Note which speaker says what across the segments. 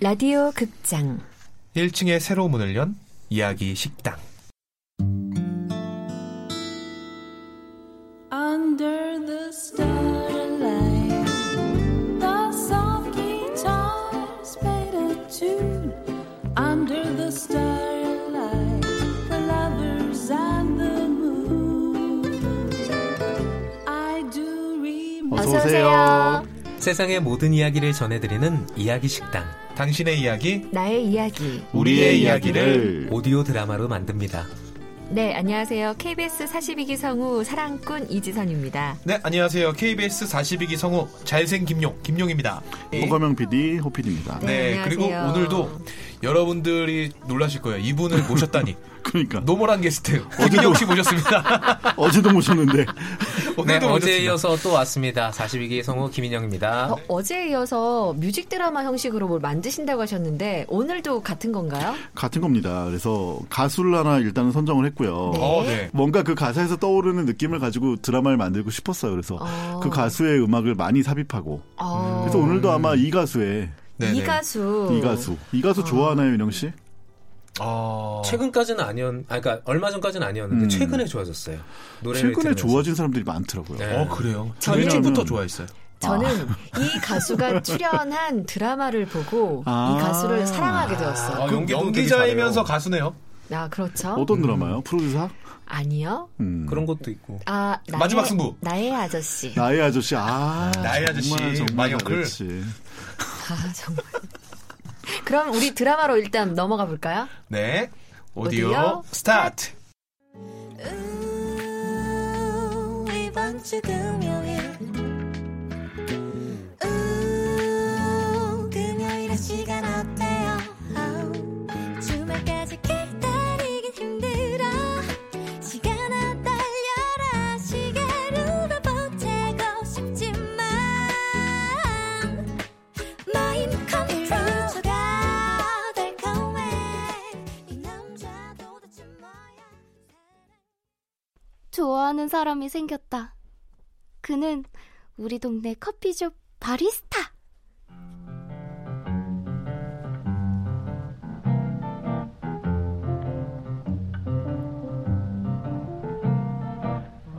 Speaker 1: 라디오 극장
Speaker 2: 1층에 새로 문을 연 이야기 식당.
Speaker 3: Under the starlight, the soft guitars played a tune. Under the starlight, the lovers and the moon. I do remember.
Speaker 1: 어서 오세요.
Speaker 4: 세상의 모든 이야기를 전해드리는 이야기 식당
Speaker 2: 당신의 이야기
Speaker 1: 나의 이야기.
Speaker 2: 우리의 이야기를
Speaker 4: 오디오 드라마로 만듭니다.
Speaker 1: 네, 안녕하세요. KBS 42기 성우 사랑꾼 이지선입니다.
Speaker 2: 네, 안녕하세요. KBS 42기 성우 잘생 김용 김용입니다. 예.
Speaker 5: 호감형 PD 호PD입니다.
Speaker 2: 네,
Speaker 1: 네,
Speaker 2: 그리고
Speaker 1: 안녕하세요.
Speaker 2: 오늘도 여러분들이 놀라실 거예요. 이분을 모셨다니.
Speaker 5: 그러니까
Speaker 2: 노멀한 게스트 김용 씨 모셨습니다.
Speaker 5: 어제도 모셨는데
Speaker 4: 네,
Speaker 2: 오늘도
Speaker 4: 어제
Speaker 2: 모셨습니다.
Speaker 4: 이어서 또 왔습니다. 42기 성우 김인영입니다.
Speaker 1: 어, 어제에 이어서 뮤직 드라마 형식으로 뭘 만드신다고 하셨는데 오늘도 같은 건가요?
Speaker 5: 같은 겁니다. 그래서 가수를 하나 일단은 선정을 했고요.
Speaker 1: 네.
Speaker 2: 어, 네.
Speaker 5: 뭔가 그 가사에서 떠오르는 느낌을 가지고 드라마를 만들고 싶었어요. 그래서
Speaker 1: 어.
Speaker 5: 그 가수의 음악을 많이 삽입하고
Speaker 1: 어,
Speaker 5: 아. 그래서 오늘도 아마 이 가수의
Speaker 2: 음, 네,
Speaker 1: 이
Speaker 2: 네.
Speaker 1: 가수.
Speaker 5: 이 가수 이 가수 좋아하나요, 윤영 씨?
Speaker 2: 어.
Speaker 4: 최근까지는 아니었, 아, 그러니까 얼마 전까지는 아니었는데
Speaker 5: 음.
Speaker 4: 최근에 좋아졌어요. 노래를
Speaker 5: 최근에
Speaker 4: 들으면서.
Speaker 5: 좋아진 사람들이 많더라고요.
Speaker 4: 네.
Speaker 2: 어, 그래요. 저
Speaker 5: 저희는-
Speaker 2: 일찍부터 좋아했어요.
Speaker 1: 저는 이 가수가 출연한 드라마를 보고
Speaker 5: 아.
Speaker 1: 이 가수를 사랑하게 되었어요.
Speaker 2: 아,
Speaker 4: 그 연기도
Speaker 2: 연기자이면서
Speaker 4: 되게 잘해요.
Speaker 2: 가수네요.
Speaker 1: 아, 그렇죠?
Speaker 5: 어떤
Speaker 2: 음.
Speaker 5: 드라마요? 프로듀사?
Speaker 1: 아니요.
Speaker 5: 음.
Speaker 4: 그런 것도 있고
Speaker 1: 아, 나의-
Speaker 2: 마지막 승부.
Speaker 1: 나의 아저씨.
Speaker 5: 나의 아저씨 아
Speaker 2: 나의 아저씨,
Speaker 5: 정말 정말
Speaker 2: 마녀클.
Speaker 5: 잘했지.
Speaker 1: 아, 정말. 그럼 우리 드라마로 일단 넘어가 볼까요?
Speaker 2: 네. 오디오,
Speaker 1: 오디오
Speaker 2: 스타트.
Speaker 3: 우, 음, 이번 주 금요일 우, 음, 금요일에 시간 어때요 아우, 주말까지 기다리긴 힘들어 시간아 달려라 시계로도 보채고 싶지만 마인 컨트롤 초가 될 거야 이 남자 도대체 뭐야
Speaker 6: 좋아하는 사람이 생겼다. 그는 우리 동네 커피숍 바리스타.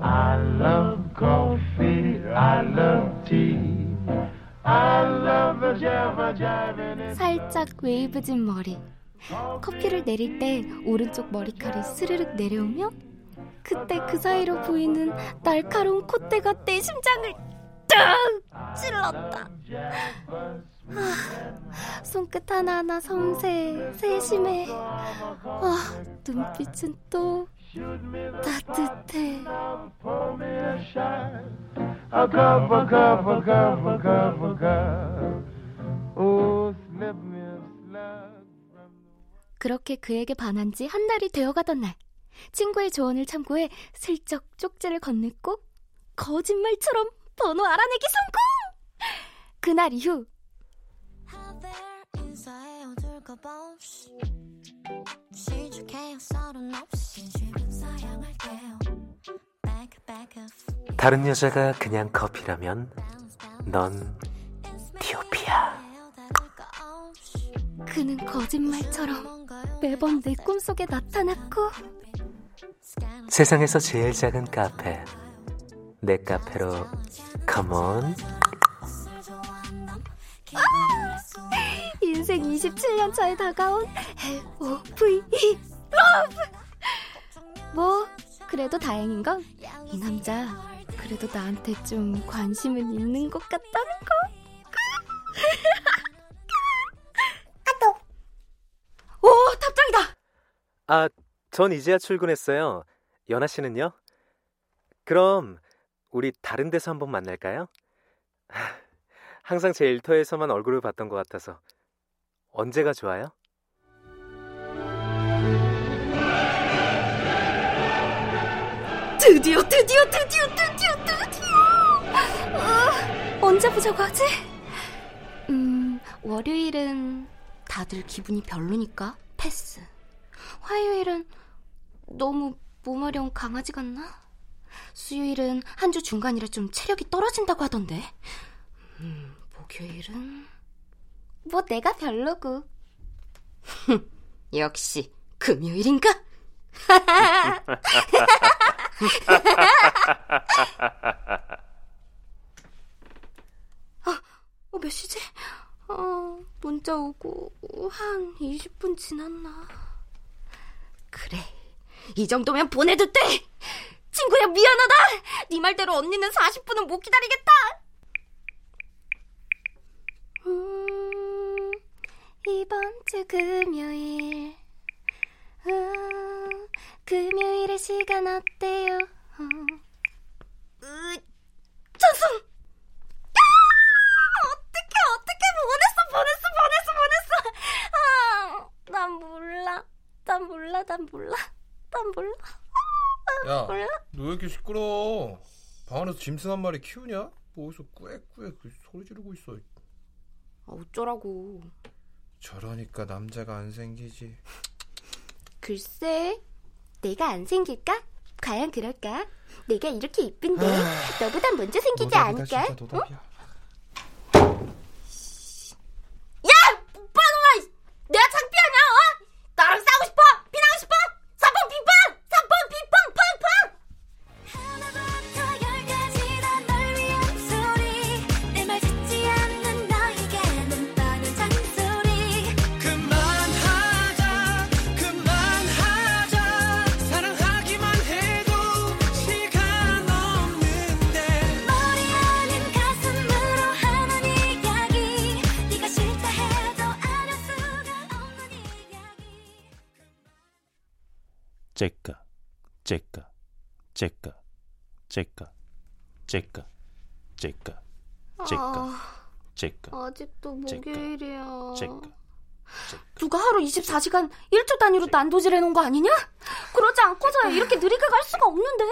Speaker 7: I love coffee. I love tea. I love the Java Jiving.
Speaker 6: 살짝 웨이브진 머리. 커피를 내릴 때 오른쪽 머리칼이 스르륵 내려오며 그때 그 사이로 보이는 날카로운 콧대가 내 심장을 뚝 찔렀다. 아, 손끝 하나하나 섬세해, 세심해. 아, 눈빛은 또 따뜻해.
Speaker 7: A cup, a cup, a cup, a cup, a cup. Oh, slip me a slug.
Speaker 6: 그렇게 그에게 반한 지 한 달이 되어가던 날 친구의 조언을 참고해 슬쩍 쪽지를 건넸고 거짓말처럼 번호 알아내기 성공! 그날 이후
Speaker 3: 하벨 인사해 어둘까봐 없이 시축해요 서른 없이 주변 사양할게요 Back back up
Speaker 8: 다른 여자가 그냥 커피라면
Speaker 3: bounce bounce 네,
Speaker 8: 넌
Speaker 3: 티오피아
Speaker 6: 그는 거짓말처럼 매번 내 꿈속에 나타났고
Speaker 8: 세상에서 제일 작은 카페 내 카페로 컴온
Speaker 6: 인생 27년 차에 다가온 L.O.V.E. 러브! E. 뭐 그래도 다행인 건 이 남자 그래도 나한테 좀 관심은 있는 것 같다는 거 오, 답장이다!
Speaker 8: 아 전 이제야 출근했어요 연아 씨는요? 그럼 우리 다른 데서 한번 만날까요? 하, 항상 제 일터에서만 얼굴을 봤던 것 같아서 언제가 좋아요?
Speaker 6: 드디어, 드디어, 드디어, 드디어, 드디어! 아, 언제 보자고 하지? 음, 월요일은 다들 기분이 별로니까 패스. 화요일은 너무 몸어려운 강아지 같나? 수요일은 한 주 중간이라 좀 체력이 떨어진다고 하던데. 음, 목요일은 뭐 내가 별로고. 역시 금요일인가? 어, 몇 시지? 어, 문자 오고 한 20분 지났나? 그래. 이 정도면 보내도 돼. 친구야 미안하다. 네 말대로 언니는 40분은 못 기다리겠다. 음, 이번 주 금요일. 음, 금요일의 시간 어때요? 어. 음. 으, 천성! 어떻게 어떻게 보냈어 보냈어 보냈어 보냈어 아난 몰라 난 몰라 난 몰라 난 몰라
Speaker 9: 야,
Speaker 6: 몰라
Speaker 9: 너 왜 이렇게 시끄러워? 방 안에서 짐승 한 마리 키우냐? 뭐 어디서 꾸역꾸역 그 소리 지르고 있어.
Speaker 6: 아, 어쩌라고
Speaker 9: 저러니까 남자가 안 생기지.
Speaker 6: 글쎄 내가 안 생길까 과연 그럴까 내가 이렇게 이쁜데 너보다 먼저 생기지
Speaker 9: 노답이다,
Speaker 6: 않을까
Speaker 9: 아, 진짜 노답이야.
Speaker 6: 야 오빠놈아 내가 창피하냐 어 나랑 싸우고 싶어 비나고 싶어 사펑 빙빵 사펑 빙빵 팡팡
Speaker 3: 하나부터 열까지 다 널 위한 소리 내 말 듣지 않는 너에게 눈 떠는 잔소리
Speaker 10: 그만하자 그만하자 사랑하기만 해도 시간 없는데
Speaker 3: 머리 아닌 가슴으로 하는 이야기 네가 싫다 해도 안 할 수가 없는 이야기
Speaker 11: 째까, 째까, 째까, 째까, 째까, 째까, 째까, 째까,
Speaker 6: 아, 아직도
Speaker 11: 체크.
Speaker 6: 목요일이야.
Speaker 11: 째까.
Speaker 6: 누가 하루 24시간 일주 단위로 난도질 해놓은 거 아니냐? 그러지 않고서야 이렇게 느리게 갈 수가 없는데?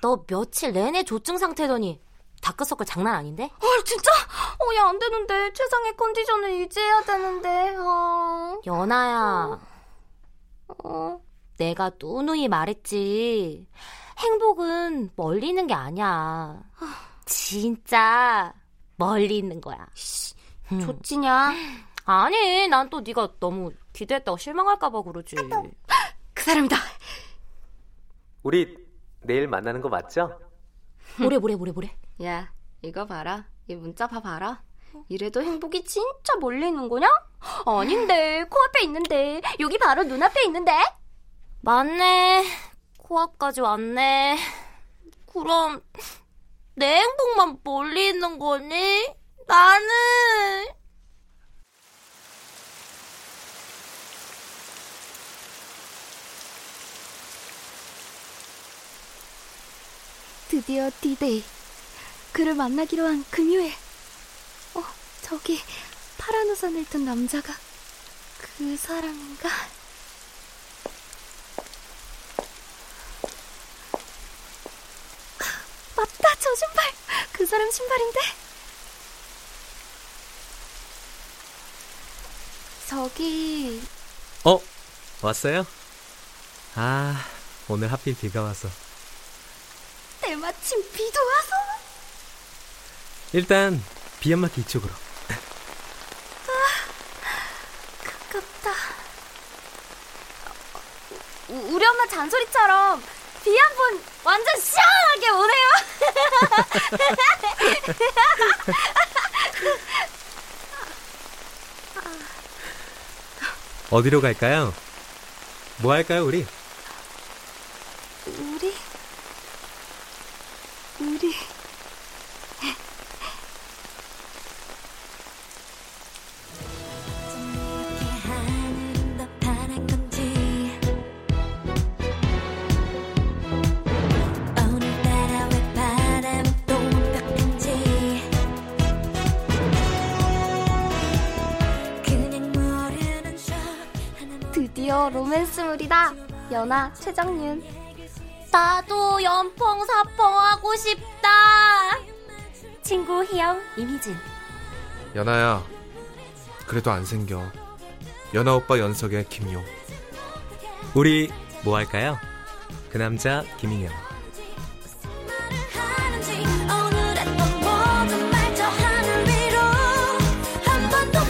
Speaker 12: 너 며칠 내내 조증 상태더니 다크서클 장난 아닌데?
Speaker 6: 아 진짜? 어, 야, 안 되는데. 최상의 컨디션을 유지해야 되는데. 어,
Speaker 12: 연아야,
Speaker 6: 어.
Speaker 12: 내가 누누이 말했지. 행복은 멀리 있는 게 아니야. 진짜 멀리 있는 거야. 음.
Speaker 6: 좋지냐?
Speaker 12: 아니, 난 또 네가 너무 기대했다고 실망할까 봐 그러지.
Speaker 6: 그 사람이다.
Speaker 8: 우리 내일 만나는 거 맞죠?
Speaker 12: 뭐래, 뭐래, 뭐래, 뭐래.
Speaker 6: 야, 이거 봐라. 이 문자 봐봐라. 이래도 행복이 진짜 멀리 있는 거냐? 아닌데, 코앞에 있는데, 여기 바로 눈앞에 있는데?
Speaker 12: 맞네. 코앞까지 왔네. 그럼 내 행복만 멀리 있는 거니? 나는
Speaker 6: 드디어 디데이. 그를 만나기로 한 금요일. 어, 저기 파란 우산을 든 남자가 그 사람인가? 맞다, 저 신발. 그 사람 신발인데. 저기
Speaker 8: 어? 왔어요? 아, 오늘 하필 비가 와서.
Speaker 6: 때마침 비도 와서
Speaker 8: 일단 비 안 맞게 이쪽으로.
Speaker 6: 가깝다. 우- 우리 엄마 잔소리처럼 비 한 번 완전 시원하게 오네요.
Speaker 8: 어디로 갈까요? 뭐 할까요, 우리?
Speaker 6: 우리 우리
Speaker 3: 좀 이렇게 하늘은 더 파란 건지 오늘따라 왜 바람은 또 완벽한지 그냥 모르는 척 하나 모르는
Speaker 6: 드디어 로맨스물이다. 연아 최정윤
Speaker 12: 나도 연펑 사펑 하고 싶다. 친구 희영 이미진.
Speaker 9: 연아야, 그래도 안 생겨. 연아 오빠 연석의 김용.
Speaker 4: 우리 뭐 할까요? 그 남자 김인영.
Speaker 3: 말을 하는지 오늘 했던 모든 말저 하늘 위로 한 번 더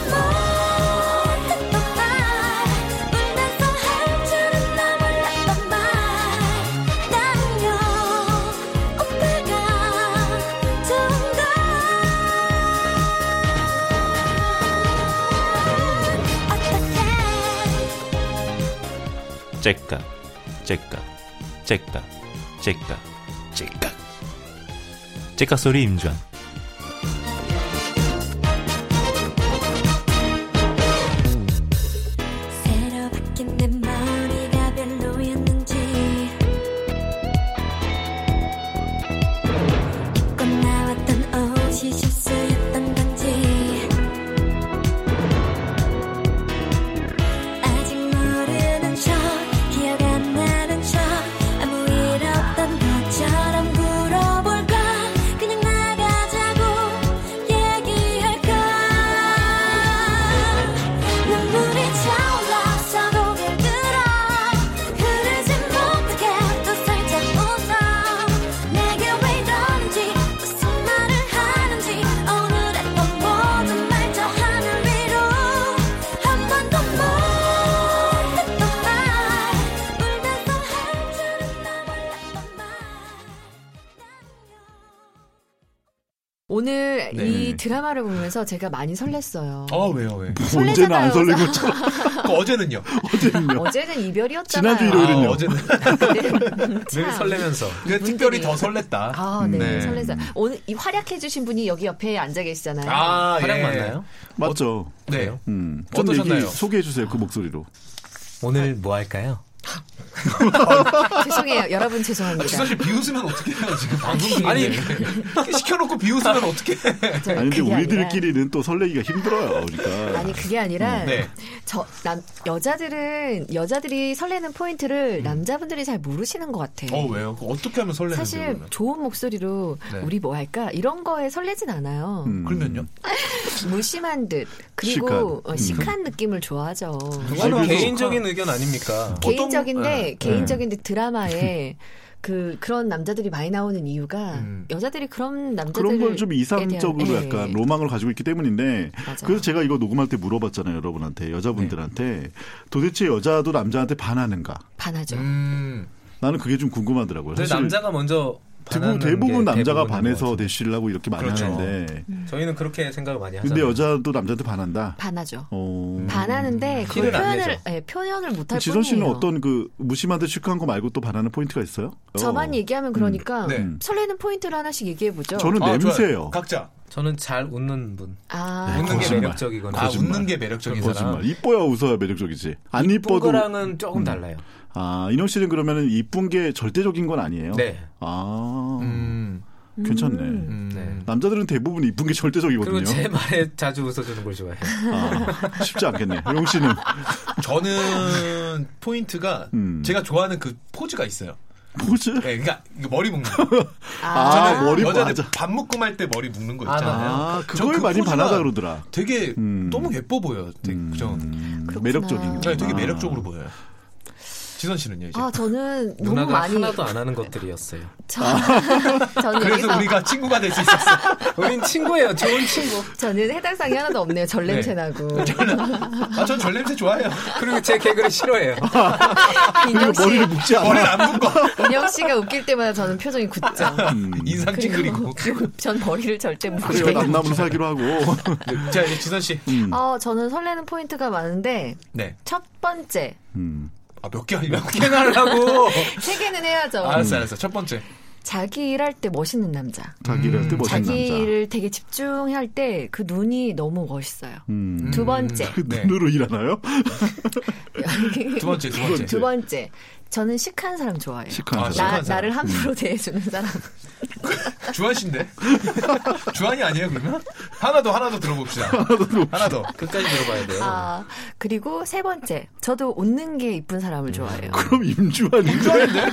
Speaker 11: 째깍 째깍 째깍 째깍 째깍 째깍 소리 임주환
Speaker 3: 새로 바뀐 내 머리가 별로였는지 입고 나왔던 옷이 실수였던 건지 아직 모르는 척 기억 안 나는 척 아무 일 없던 것처럼 굴어볼까 그냥 나가자고 얘기할까 눈물이 차올라서 고개를 들어 흐르지 못하게 또 살짝 웃어 내게 왜 이러는지 무슨 말을 하는지 오늘 했던 모든 말 저 하늘 위로 한 번도 못했던 말 울면서 할 줄은 나 몰랐던 말
Speaker 1: 오늘
Speaker 2: 네.
Speaker 1: 이 드라마를 보면서 제가 많이 설렜어요.
Speaker 2: 아 왜요 왜?
Speaker 1: 언제는 안 설레잖아요, 설레고 참.
Speaker 2: 그 어제는요.
Speaker 1: 어제는 뭐 이별이었잖아요.
Speaker 2: 아, 어제는 늘 설레면서. 근데 특별히 더 설렜다.
Speaker 1: 아, 네, 설레서 오늘 이 활약해주신 분이 여기 옆에 앉아 계시잖아요.
Speaker 2: 아, 활약 예. 맞나요?
Speaker 5: 맞죠.
Speaker 2: 네.
Speaker 5: 음, 좀
Speaker 4: 어떠셨나요?
Speaker 5: 얘기 소개해 주세요 그 목소리로.
Speaker 4: 오늘 뭐 할까요?
Speaker 1: 죄송해요, 여러분 죄송합니다.
Speaker 2: 지선 씨 비웃으면 어떻게 해요 지금 방송 중인데.
Speaker 1: 아니,
Speaker 2: 이렇게 시켜놓고 비웃으면 어떻게? 해?
Speaker 5: 아니 근데
Speaker 1: 그게
Speaker 5: 우리들끼리는 또 설레기가 힘들어요. 그러니까.
Speaker 1: 아니 그게 아니라
Speaker 5: 음. 네.
Speaker 1: 저 남 여자들은 여자들이 설레는 포인트를 남자분들이 잘 모르시는 것 같아.
Speaker 2: 어 왜요? 그거 어떻게 하면 설레는데?
Speaker 1: 사실
Speaker 2: 그러면?
Speaker 1: 좋은 목소리로
Speaker 2: 네.
Speaker 1: 우리 뭐 할까 이런 거에 설레진 않아요.
Speaker 5: 음.
Speaker 2: 그러면요?
Speaker 1: 무심한 듯 그리고
Speaker 2: 시크한.
Speaker 1: 어, 시크한, 느낌을 좋아하죠.
Speaker 5: 뭐
Speaker 4: 뭐
Speaker 9: 그거는 개인적인 의견 아닙니까?
Speaker 1: 개인적인데
Speaker 9: 어떤- 네.
Speaker 1: 개인적인데
Speaker 5: 음.
Speaker 1: 드라마에 그 그런 남자들이 많이 나오는 이유가 여자들이 그런 네. 남자들 예,
Speaker 5: 그런 걸 좀 이상적으로 약간 로망을 가지고 있기 때문에 그래서 제가 이거 녹음할 때 물어봤잖아요 여러분한테 여자분들한테 도대체 여자도 남자한테 반하는가?
Speaker 1: 반하죠.
Speaker 5: 음. 나는 그게 좀 궁금하더라고요.
Speaker 4: 근데
Speaker 5: 사실
Speaker 4: 네, 남자가 먼저
Speaker 5: 대부분,
Speaker 4: 반하는
Speaker 5: 대부분
Speaker 4: 게
Speaker 5: 남자가
Speaker 4: 대부분인
Speaker 5: 반해서 대시를 하고 이렇게 많이
Speaker 4: 그렇죠.
Speaker 5: 하는데
Speaker 1: 음.
Speaker 4: 저희는 그렇게 생각을 많이 하죠.
Speaker 5: 근데 여자도 남자한테 반한다.
Speaker 1: 반하죠.
Speaker 5: 어...
Speaker 1: 반하는데 그걸
Speaker 5: 티를 안
Speaker 1: 표현을
Speaker 5: 내죠.
Speaker 1: 예, 표현을 못할
Speaker 5: 지선 씨는
Speaker 1: 뿐이에요.
Speaker 5: 어떤 그 무심한데 시크한 거 말고 또 반하는 포인트가 있어요?
Speaker 1: 저만 얘기하면 그러니까
Speaker 5: 음. 네.
Speaker 1: 설레는 포인트를 하나씩 얘기해 보죠.
Speaker 4: 아,
Speaker 9: 아,
Speaker 2: 각자.
Speaker 4: 저는 잘 웃는 분.
Speaker 1: 아,
Speaker 5: 네,
Speaker 4: 웃는 게
Speaker 5: 거짓말.
Speaker 4: 매력적이거나.
Speaker 5: 거짓말. 아, 거짓말. 이뻐야 웃어야 매력적이지. 안 이뻐도
Speaker 4: 거랑은 조금
Speaker 5: 음.
Speaker 4: 달라요.
Speaker 5: 아 인형 씨는 그러면은 이쁜 게 절대적인 건 아니에요.
Speaker 4: 네.
Speaker 5: 아
Speaker 2: 음.
Speaker 5: 괜찮네.
Speaker 4: 네.
Speaker 5: 남자들은 대부분 이쁜 게 절대적이거든요.
Speaker 4: 그리고 제 말에 자주 웃어주는 걸 좋아해요.
Speaker 5: 아, 쉽지 않겠네. 용 씨는
Speaker 2: 아, 저는 포인트가
Speaker 5: 음.
Speaker 2: 제가 좋아하는 그 포즈가 있어요.
Speaker 5: 포즈?
Speaker 2: 네, 그러니까 이거 머리 묶는 거.
Speaker 5: 아,
Speaker 2: 저는
Speaker 5: 머리
Speaker 2: 여자들
Speaker 5: 맞아.
Speaker 2: 밥 묶음 할 때 머리 묶는 거
Speaker 5: 아,
Speaker 2: 있잖아요.
Speaker 5: 아,
Speaker 2: 저
Speaker 5: 그걸
Speaker 2: 그
Speaker 5: 많이
Speaker 2: 포즈가
Speaker 5: 반하다 음. 그러더라. 음,
Speaker 2: 되게 너무 예뻐 보여요. 되게, 그죠?
Speaker 5: 매력적인
Speaker 2: 네, 되게
Speaker 5: 아.
Speaker 2: 매력적으로 보여요. 지선 씨는요, 이제?
Speaker 1: 아 저는 너무
Speaker 2: 누나가
Speaker 1: 많이
Speaker 2: 하나도
Speaker 4: 안 하는 것들이었어요.
Speaker 1: 저, 저는
Speaker 2: 그래서
Speaker 1: 여기서
Speaker 2: 우리가 친구가 될 수 있었어.
Speaker 4: 우린 친구예요. 좋은 친구.
Speaker 1: 뭐 저는 해당 사항이 하나도 없네요. 절냄새 나고
Speaker 2: 아, 전 절냄새 좋아해요.
Speaker 4: 그리고 제 개그를 싫어해요.
Speaker 1: 인형 씨
Speaker 4: 머리를
Speaker 5: 묶지 않아.
Speaker 2: 머리를 안 묶어.
Speaker 1: 인형 씨가 웃길 때마다 저는 표정이 굳죠.
Speaker 5: 음.
Speaker 2: 인상 찡그리고.
Speaker 1: 전 머리를 절대 못
Speaker 5: 제가
Speaker 1: 묶어요.
Speaker 5: 남남으로 살기로 하고.
Speaker 2: 자, 이제 지선 씨.
Speaker 1: 어, 저는 설레는 포인트가 많은데
Speaker 2: 네.
Speaker 1: 첫 번째
Speaker 5: 음,
Speaker 2: 아, 몇 개 하려고?
Speaker 1: 세 개는 해야죠.
Speaker 2: 알았어, 알았어. 첫 번째.
Speaker 1: 자기 일할 때 멋있는 남자.
Speaker 5: 자기 일할 때 멋있는
Speaker 1: 자기
Speaker 5: 남자.
Speaker 1: 일을 되게 집중할 때 그 눈이 너무 멋있어요.
Speaker 2: 음.
Speaker 1: 두 번째.
Speaker 5: 음. 그 눈으로 일하나요?
Speaker 2: 네. 두 번째, 두 번째.
Speaker 1: 두 번째. 저는 시크한 사람 좋아해요.
Speaker 2: 시크한
Speaker 1: 나,
Speaker 2: 사람. 시크한 사람. 음.
Speaker 1: 나를 함부로 대해주는 사람.
Speaker 2: 주한 씨인데? 주한이 아니에요, 그러면? 하나 더, 하나 더 들어봅시다. 하나 더.
Speaker 4: 끝까지 들어봐야 돼요.
Speaker 1: 아, 그리고 세 번째. 저도 웃는 게 이쁜
Speaker 2: 음.
Speaker 1: 사람을 좋아해요.
Speaker 5: 그럼 임주환 임주환인데?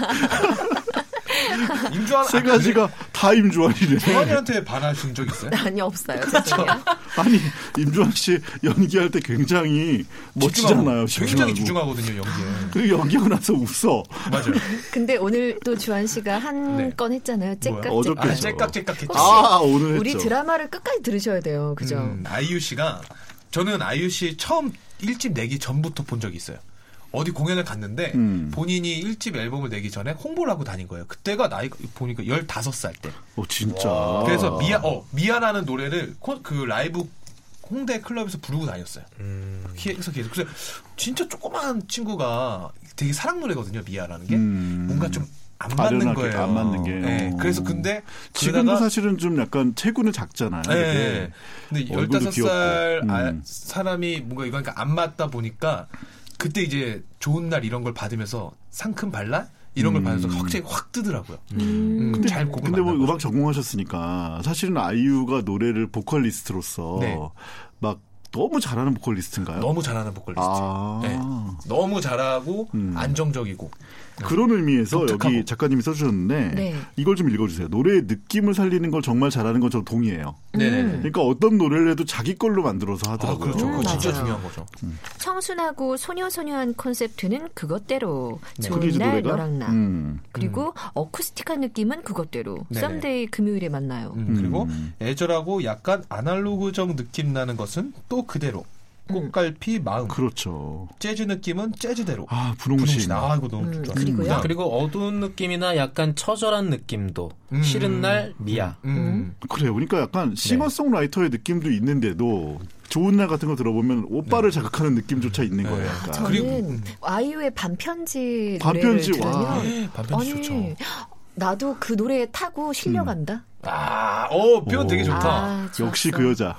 Speaker 2: 임주환
Speaker 5: 세 가지가 다 임주환이래.
Speaker 2: 아, 주한이한테 반하신 적 있어요?
Speaker 1: 아니, 없어요. 죄송해요.
Speaker 5: 아니 임주환 씨 연기할 때 굉장히 멋지잖아요.
Speaker 2: 굉장히 집중하거든요, 연기에.
Speaker 5: 그리고 연기하고 나서 웃어.
Speaker 2: 맞아요.
Speaker 1: 근데 오늘 또 주한 씨가 한
Speaker 5: 네.
Speaker 1: 건 했잖아요. 째깍,
Speaker 5: 뭐야? 어저께
Speaker 1: 째깍.
Speaker 5: 했죠. 째깍,
Speaker 2: 째깍 했죠.
Speaker 1: 혹시
Speaker 2: 아, 오늘
Speaker 1: 우리
Speaker 2: 했죠.
Speaker 1: 드라마를 끝까지 들으셔야 돼요. 그죠?
Speaker 2: 음, 아이유 씨가 저는 아이유 씨 처음 1집 내기 전부터 본 적이 있어요. 어디 공연을 갔는데
Speaker 5: 음.
Speaker 2: 본인이 1집 앨범을 내기 전에 홍보를 하고 다닌 거예요. 그때가 나이 가 보니까 15살 때.
Speaker 5: 어 진짜.
Speaker 2: 그래서 미안 어 미안하는 노래를 콘- 그 라이브 홍대 클럽에서 부르고 다녔어요.
Speaker 5: 음.
Speaker 2: 계속 계속. 그래서 진짜 조그만 친구가 되게 사랑 노래거든요. 미아라는 게 뭔가 좀 안 맞는
Speaker 5: 음. 아련하게
Speaker 2: 거예요.
Speaker 5: 안 맞는 게.
Speaker 2: 네,
Speaker 5: 어.
Speaker 2: 그래서 근데
Speaker 5: 지금도
Speaker 2: 그러다가
Speaker 5: 사실은 좀 약간 체구는 작잖아요.
Speaker 2: 네.
Speaker 5: 되게.
Speaker 2: 근데
Speaker 5: 얼굴도
Speaker 2: 15살
Speaker 5: 귀엽고.
Speaker 2: 아,
Speaker 5: 음.
Speaker 2: 사람이 뭔가 이거 그러니까 안 맞다 보니까 그때 이제 좋은 날 이런 걸 받으면서 상큼 발랄 이런 걸 받아서 확실히 확 뜨더라고요. 음,
Speaker 5: 음. 근데,
Speaker 2: 잘 곡을
Speaker 5: 근데 뭐 음악 전공하셨으니까 사실은 아이유가 노래를 보컬리스트로서
Speaker 2: 네.
Speaker 5: 막 너무 잘하는 보컬리스트인가요?
Speaker 2: 너무 잘하는 보컬리스트.
Speaker 5: 아.
Speaker 2: 네. 너무 잘하고 안정적이고
Speaker 5: 그런 의미에서
Speaker 2: 독특하고.
Speaker 5: 여기 작가님이 써주셨는데
Speaker 2: 네.
Speaker 5: 이걸 좀 읽어주세요. 노래의 느낌을 살리는 걸 정말 잘하는 건 저는 동의해요.
Speaker 2: 네네네.
Speaker 5: 그러니까 어떤 노래를 해도 자기 걸로 만들어서 하더라고요.
Speaker 2: 음. 그렇죠. 그거 진짜
Speaker 1: 음, 맞아요.
Speaker 2: 중요한 거죠.
Speaker 1: 청순하고 소녀소녀한 콘셉트는 그것대로
Speaker 5: 네. 그게
Speaker 1: 좋은
Speaker 5: 이제
Speaker 1: 날
Speaker 5: 노래가?
Speaker 1: 너랑 나
Speaker 5: 음.
Speaker 1: 그리고 어쿠스틱한 느낌은 그것대로
Speaker 2: 네네.
Speaker 1: 썸데이 금요일에 만나요.
Speaker 2: 음, 그리고 애절하고 약간 아날로그적 느낌 나는 것은 또 그대로 꽃갈피 마음.
Speaker 5: 그렇죠.
Speaker 2: 재즈 느낌은 재즈대로.
Speaker 5: 아
Speaker 2: 분홍신. 아 이거 너무 좋다.
Speaker 4: 그리고 어두운 느낌이나 약간 처절한 느낌도 싫은 날 미야.
Speaker 2: 음.
Speaker 5: 그래요. 그러니까
Speaker 2: 네.
Speaker 5: 약간 싱어송라이터의 느낌도 있는데도 좋은 날 같은 거 들어보면 오빠를
Speaker 2: 네.
Speaker 5: 자극하는 느낌조차 있는 거예요. 약간.
Speaker 1: 아,
Speaker 2: 음.
Speaker 1: 저는 아이유의 반편지 노래를
Speaker 5: 반편지,
Speaker 1: 들으면
Speaker 5: 와.
Speaker 2: 음.
Speaker 1: 아니 나도 그 노래에 타고 실려간다.
Speaker 2: 아, 어 표현 되게 좋다.
Speaker 1: 아, 좋았어.
Speaker 5: 음. 역시 그 여자.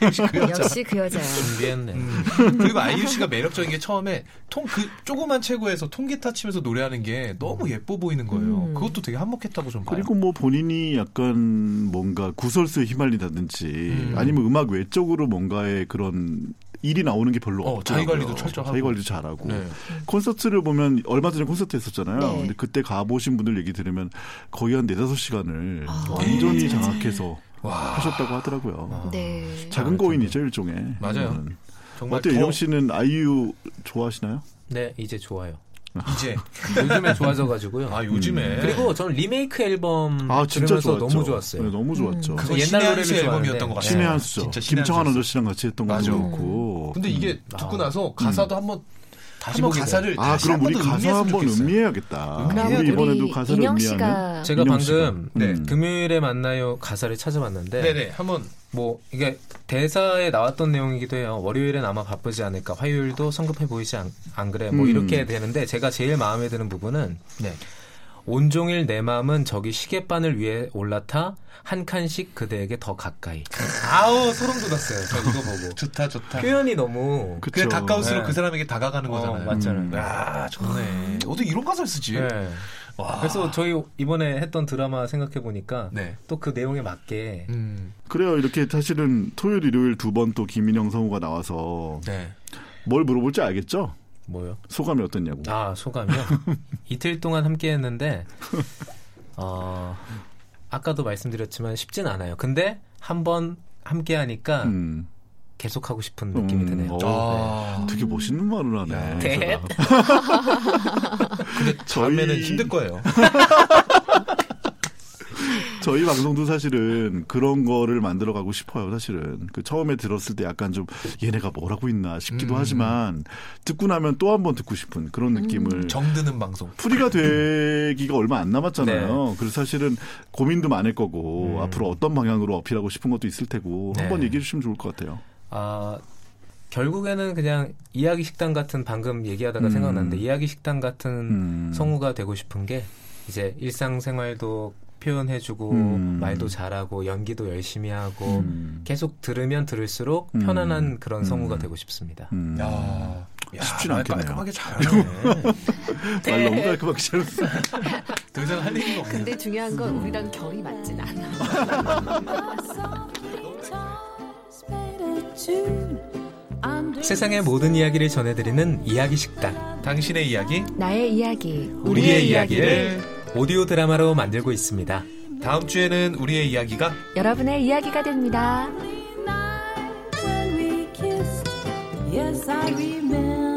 Speaker 2: 역시 그 여자.
Speaker 1: 역시 그 여자야.
Speaker 4: 준비했네.
Speaker 2: 음. 그리고 아이유 씨가 매력적인 게 처음에 통 그 조그만 체구에서 통기타 치면서 노래하는 게 너무 예뻐 보이는 거예요. 그것도 되게 한몫했다고 좀 봐요.
Speaker 5: 그리고 뭐 본인이 약간 뭔가 구설수에 휘말린다든지 아니면 음악 외적으로 뭔가의 그런 일이 나오는 게 별로
Speaker 2: 어,
Speaker 5: 없더라고요.
Speaker 2: 자기 관리도 철저하고.
Speaker 5: 자기 관리도 잘하고.
Speaker 2: 네.
Speaker 5: 콘서트를 보면 얼마 전에 콘서트 했었잖아요.
Speaker 2: 네.
Speaker 5: 근데 그때 가보신 분들 얘기 들으면 거의 한 네다섯 시간을
Speaker 2: 네.
Speaker 5: 완전히 장악해서 하셨다고 하더라고요.
Speaker 2: 아,
Speaker 1: 네.
Speaker 5: 작은 거인이죠 일종의.
Speaker 4: 맞아요.
Speaker 5: 그거는.
Speaker 4: 정말
Speaker 5: 음. 어때요?
Speaker 4: 더-
Speaker 5: 이영 씨는 아이유 좋아하시나요?
Speaker 4: 네, 이제 좋아요.
Speaker 2: 이제
Speaker 4: 요즘에 좋아져가지고요.
Speaker 2: 아 요즘에.
Speaker 4: 그리고 저는 리메이크
Speaker 2: 음,
Speaker 4: 앨범
Speaker 5: 아 진짜
Speaker 4: 들으면서
Speaker 5: 좋았죠.
Speaker 4: 너무 좋았어요.
Speaker 5: 네, 너무 좋았죠.
Speaker 4: 그래서 옛날 노래를 좋아하는데
Speaker 5: 신의 한 수죠.
Speaker 2: 진짜 신의
Speaker 5: 김창완
Speaker 2: 한
Speaker 5: 아저씨랑 같이 했던 것도
Speaker 2: 맞아.
Speaker 5: 그렇고.
Speaker 2: 근데 이게 듣고 나서 가사도 한번 다시 한번
Speaker 5: 보게
Speaker 2: 가사를
Speaker 5: 돼요. 아
Speaker 2: 다시
Speaker 5: 그럼 우리
Speaker 2: 한번 더
Speaker 5: 가사
Speaker 2: 음미했으면
Speaker 5: 한번
Speaker 2: 좋겠어요.
Speaker 5: 음미해야겠다.
Speaker 4: 음미해야
Speaker 5: 우리
Speaker 4: 돼요.
Speaker 5: 이번에도
Speaker 4: 우리
Speaker 5: 가사를
Speaker 4: 인형
Speaker 5: 음미하는.
Speaker 4: 제가
Speaker 5: 인형
Speaker 4: 방금
Speaker 5: 씨가. 음.
Speaker 4: 금요일에 만나요 가사를 찾아봤는데
Speaker 2: 네네, 한번
Speaker 4: 뭐 이게 대사에 나왔던 내용이기도 해요. 월요일엔 아마 바쁘지 않을까. 화요일도 성급해 보이지 않, 안 그래. 뭐
Speaker 2: 음.
Speaker 4: 이렇게 되는데 제가 제일 마음에 드는 부분은
Speaker 2: 네.
Speaker 4: 온종일 내 마음은 저기 시계바늘 위에 올라타 한 칸씩 그대에게 더 가까이. 아우 소름 돋았어요. 저 이거 보고.
Speaker 2: 좋다 좋다.
Speaker 4: 표현이 너무
Speaker 2: 그게 가까울수록 그 사람에게 다가가는
Speaker 4: 어,
Speaker 2: 거잖아요.
Speaker 4: 맞잖아요.
Speaker 2: 아 좋네. 어떻게 이런 가사를 쓰지?
Speaker 4: 네.
Speaker 2: 아,
Speaker 4: 그래서 저희 이번에 했던 드라마 생각해 보니까
Speaker 2: 네.
Speaker 4: 또 그 내용에 맞게
Speaker 2: 음.
Speaker 5: 그래요. 이렇게 사실은 토요일, 일요일 두 번 또 김인영 성우가 나와서
Speaker 4: 네.
Speaker 5: 뭘 물어볼지 알겠죠?
Speaker 4: 뭐요?
Speaker 5: 소감이 어땠냐고.
Speaker 4: 아 소감이요. 이틀 동안 함께했는데 어, 아까도 말씀드렸지만 쉽진 않아요. 근데 한 번 함께하니까 계속 하고 싶은 느낌이 드네요.
Speaker 5: 음.
Speaker 2: 아.
Speaker 5: 어, 되게 멋있는 말을 하네. 이
Speaker 4: 대-
Speaker 5: 사람.
Speaker 2: 근데 다음에는 힘들 거예요.
Speaker 5: 저희 방송도 사실은 그런 거를 만들어 가고 싶어요, 사실은. 그 처음에 들었을 때 약간 좀 얘네가 뭐라고 있나 싶기도
Speaker 2: 음.
Speaker 5: 하지만 듣고 나면 또 한 번 듣고 싶은 그런 느낌을.
Speaker 2: 음. 정드는 방송.
Speaker 5: 풀이가 되기가 얼마 안 남았잖아요. 그래서 사실은 고민도 많을 거고 앞으로 어떤 방향으로 어필하고 싶은 것도 있을 테고
Speaker 4: 네.
Speaker 5: 한번 얘기해 주시면 좋을 것 같아요.
Speaker 4: 아 결국에는 그냥 이야기 식당 같은 방금 얘기하다가
Speaker 5: 음.
Speaker 4: 생각났는데 이야기 식당 같은 성우가 되고 싶은 게 이제 일상생활도 표현해주고
Speaker 5: 음.
Speaker 4: 말도 잘하고 연기도 열심히 하고 계속 들으면 들을수록
Speaker 5: 음.
Speaker 4: 편안한 그런 성우가 되고 싶습니다.
Speaker 2: 야,
Speaker 5: 쉽진 않겠네요.
Speaker 2: 깔끔하게 잘하네.
Speaker 5: 말 너무 깔끔하게 잘
Speaker 2: 더 이상 할 얘기가 없네.
Speaker 1: 근데 중요한 건 우리랑 결이 맞진 않아.
Speaker 4: 세상의 모든 이야기를 전해드리는 이야기 식당.
Speaker 2: 당신의 이야기,
Speaker 1: 나의 이야기.
Speaker 4: 우리의 이야기를 오디오 드라마로 만들고 있습니다.
Speaker 2: 다음 주에는 우리의 이야기가
Speaker 1: 여러분의 이야기가 됩니다.
Speaker 13: Yes, I remember.